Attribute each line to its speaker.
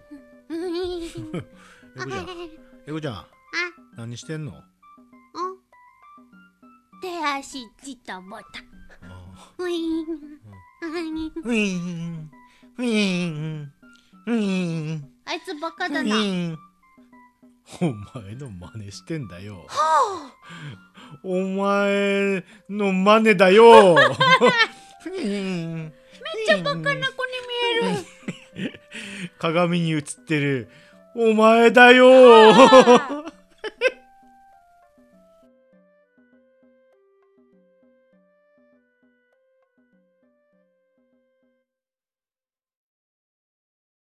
Speaker 1: エコちゃんエコちゃん
Speaker 2: あ、
Speaker 1: 何してんの
Speaker 2: うん手足ちとぼた
Speaker 1: あ
Speaker 2: うい
Speaker 1: ーウィーンウィーンウィーン
Speaker 2: あいつバカ
Speaker 1: ウ
Speaker 2: だ
Speaker 1: ィ
Speaker 2: な
Speaker 1: ーンお前の真似してんだよ
Speaker 2: あ
Speaker 1: お前の真似だ よめっちゃバカな
Speaker 2: ここに見える
Speaker 1: 鏡に映ってるお前だよ
Speaker 2: あ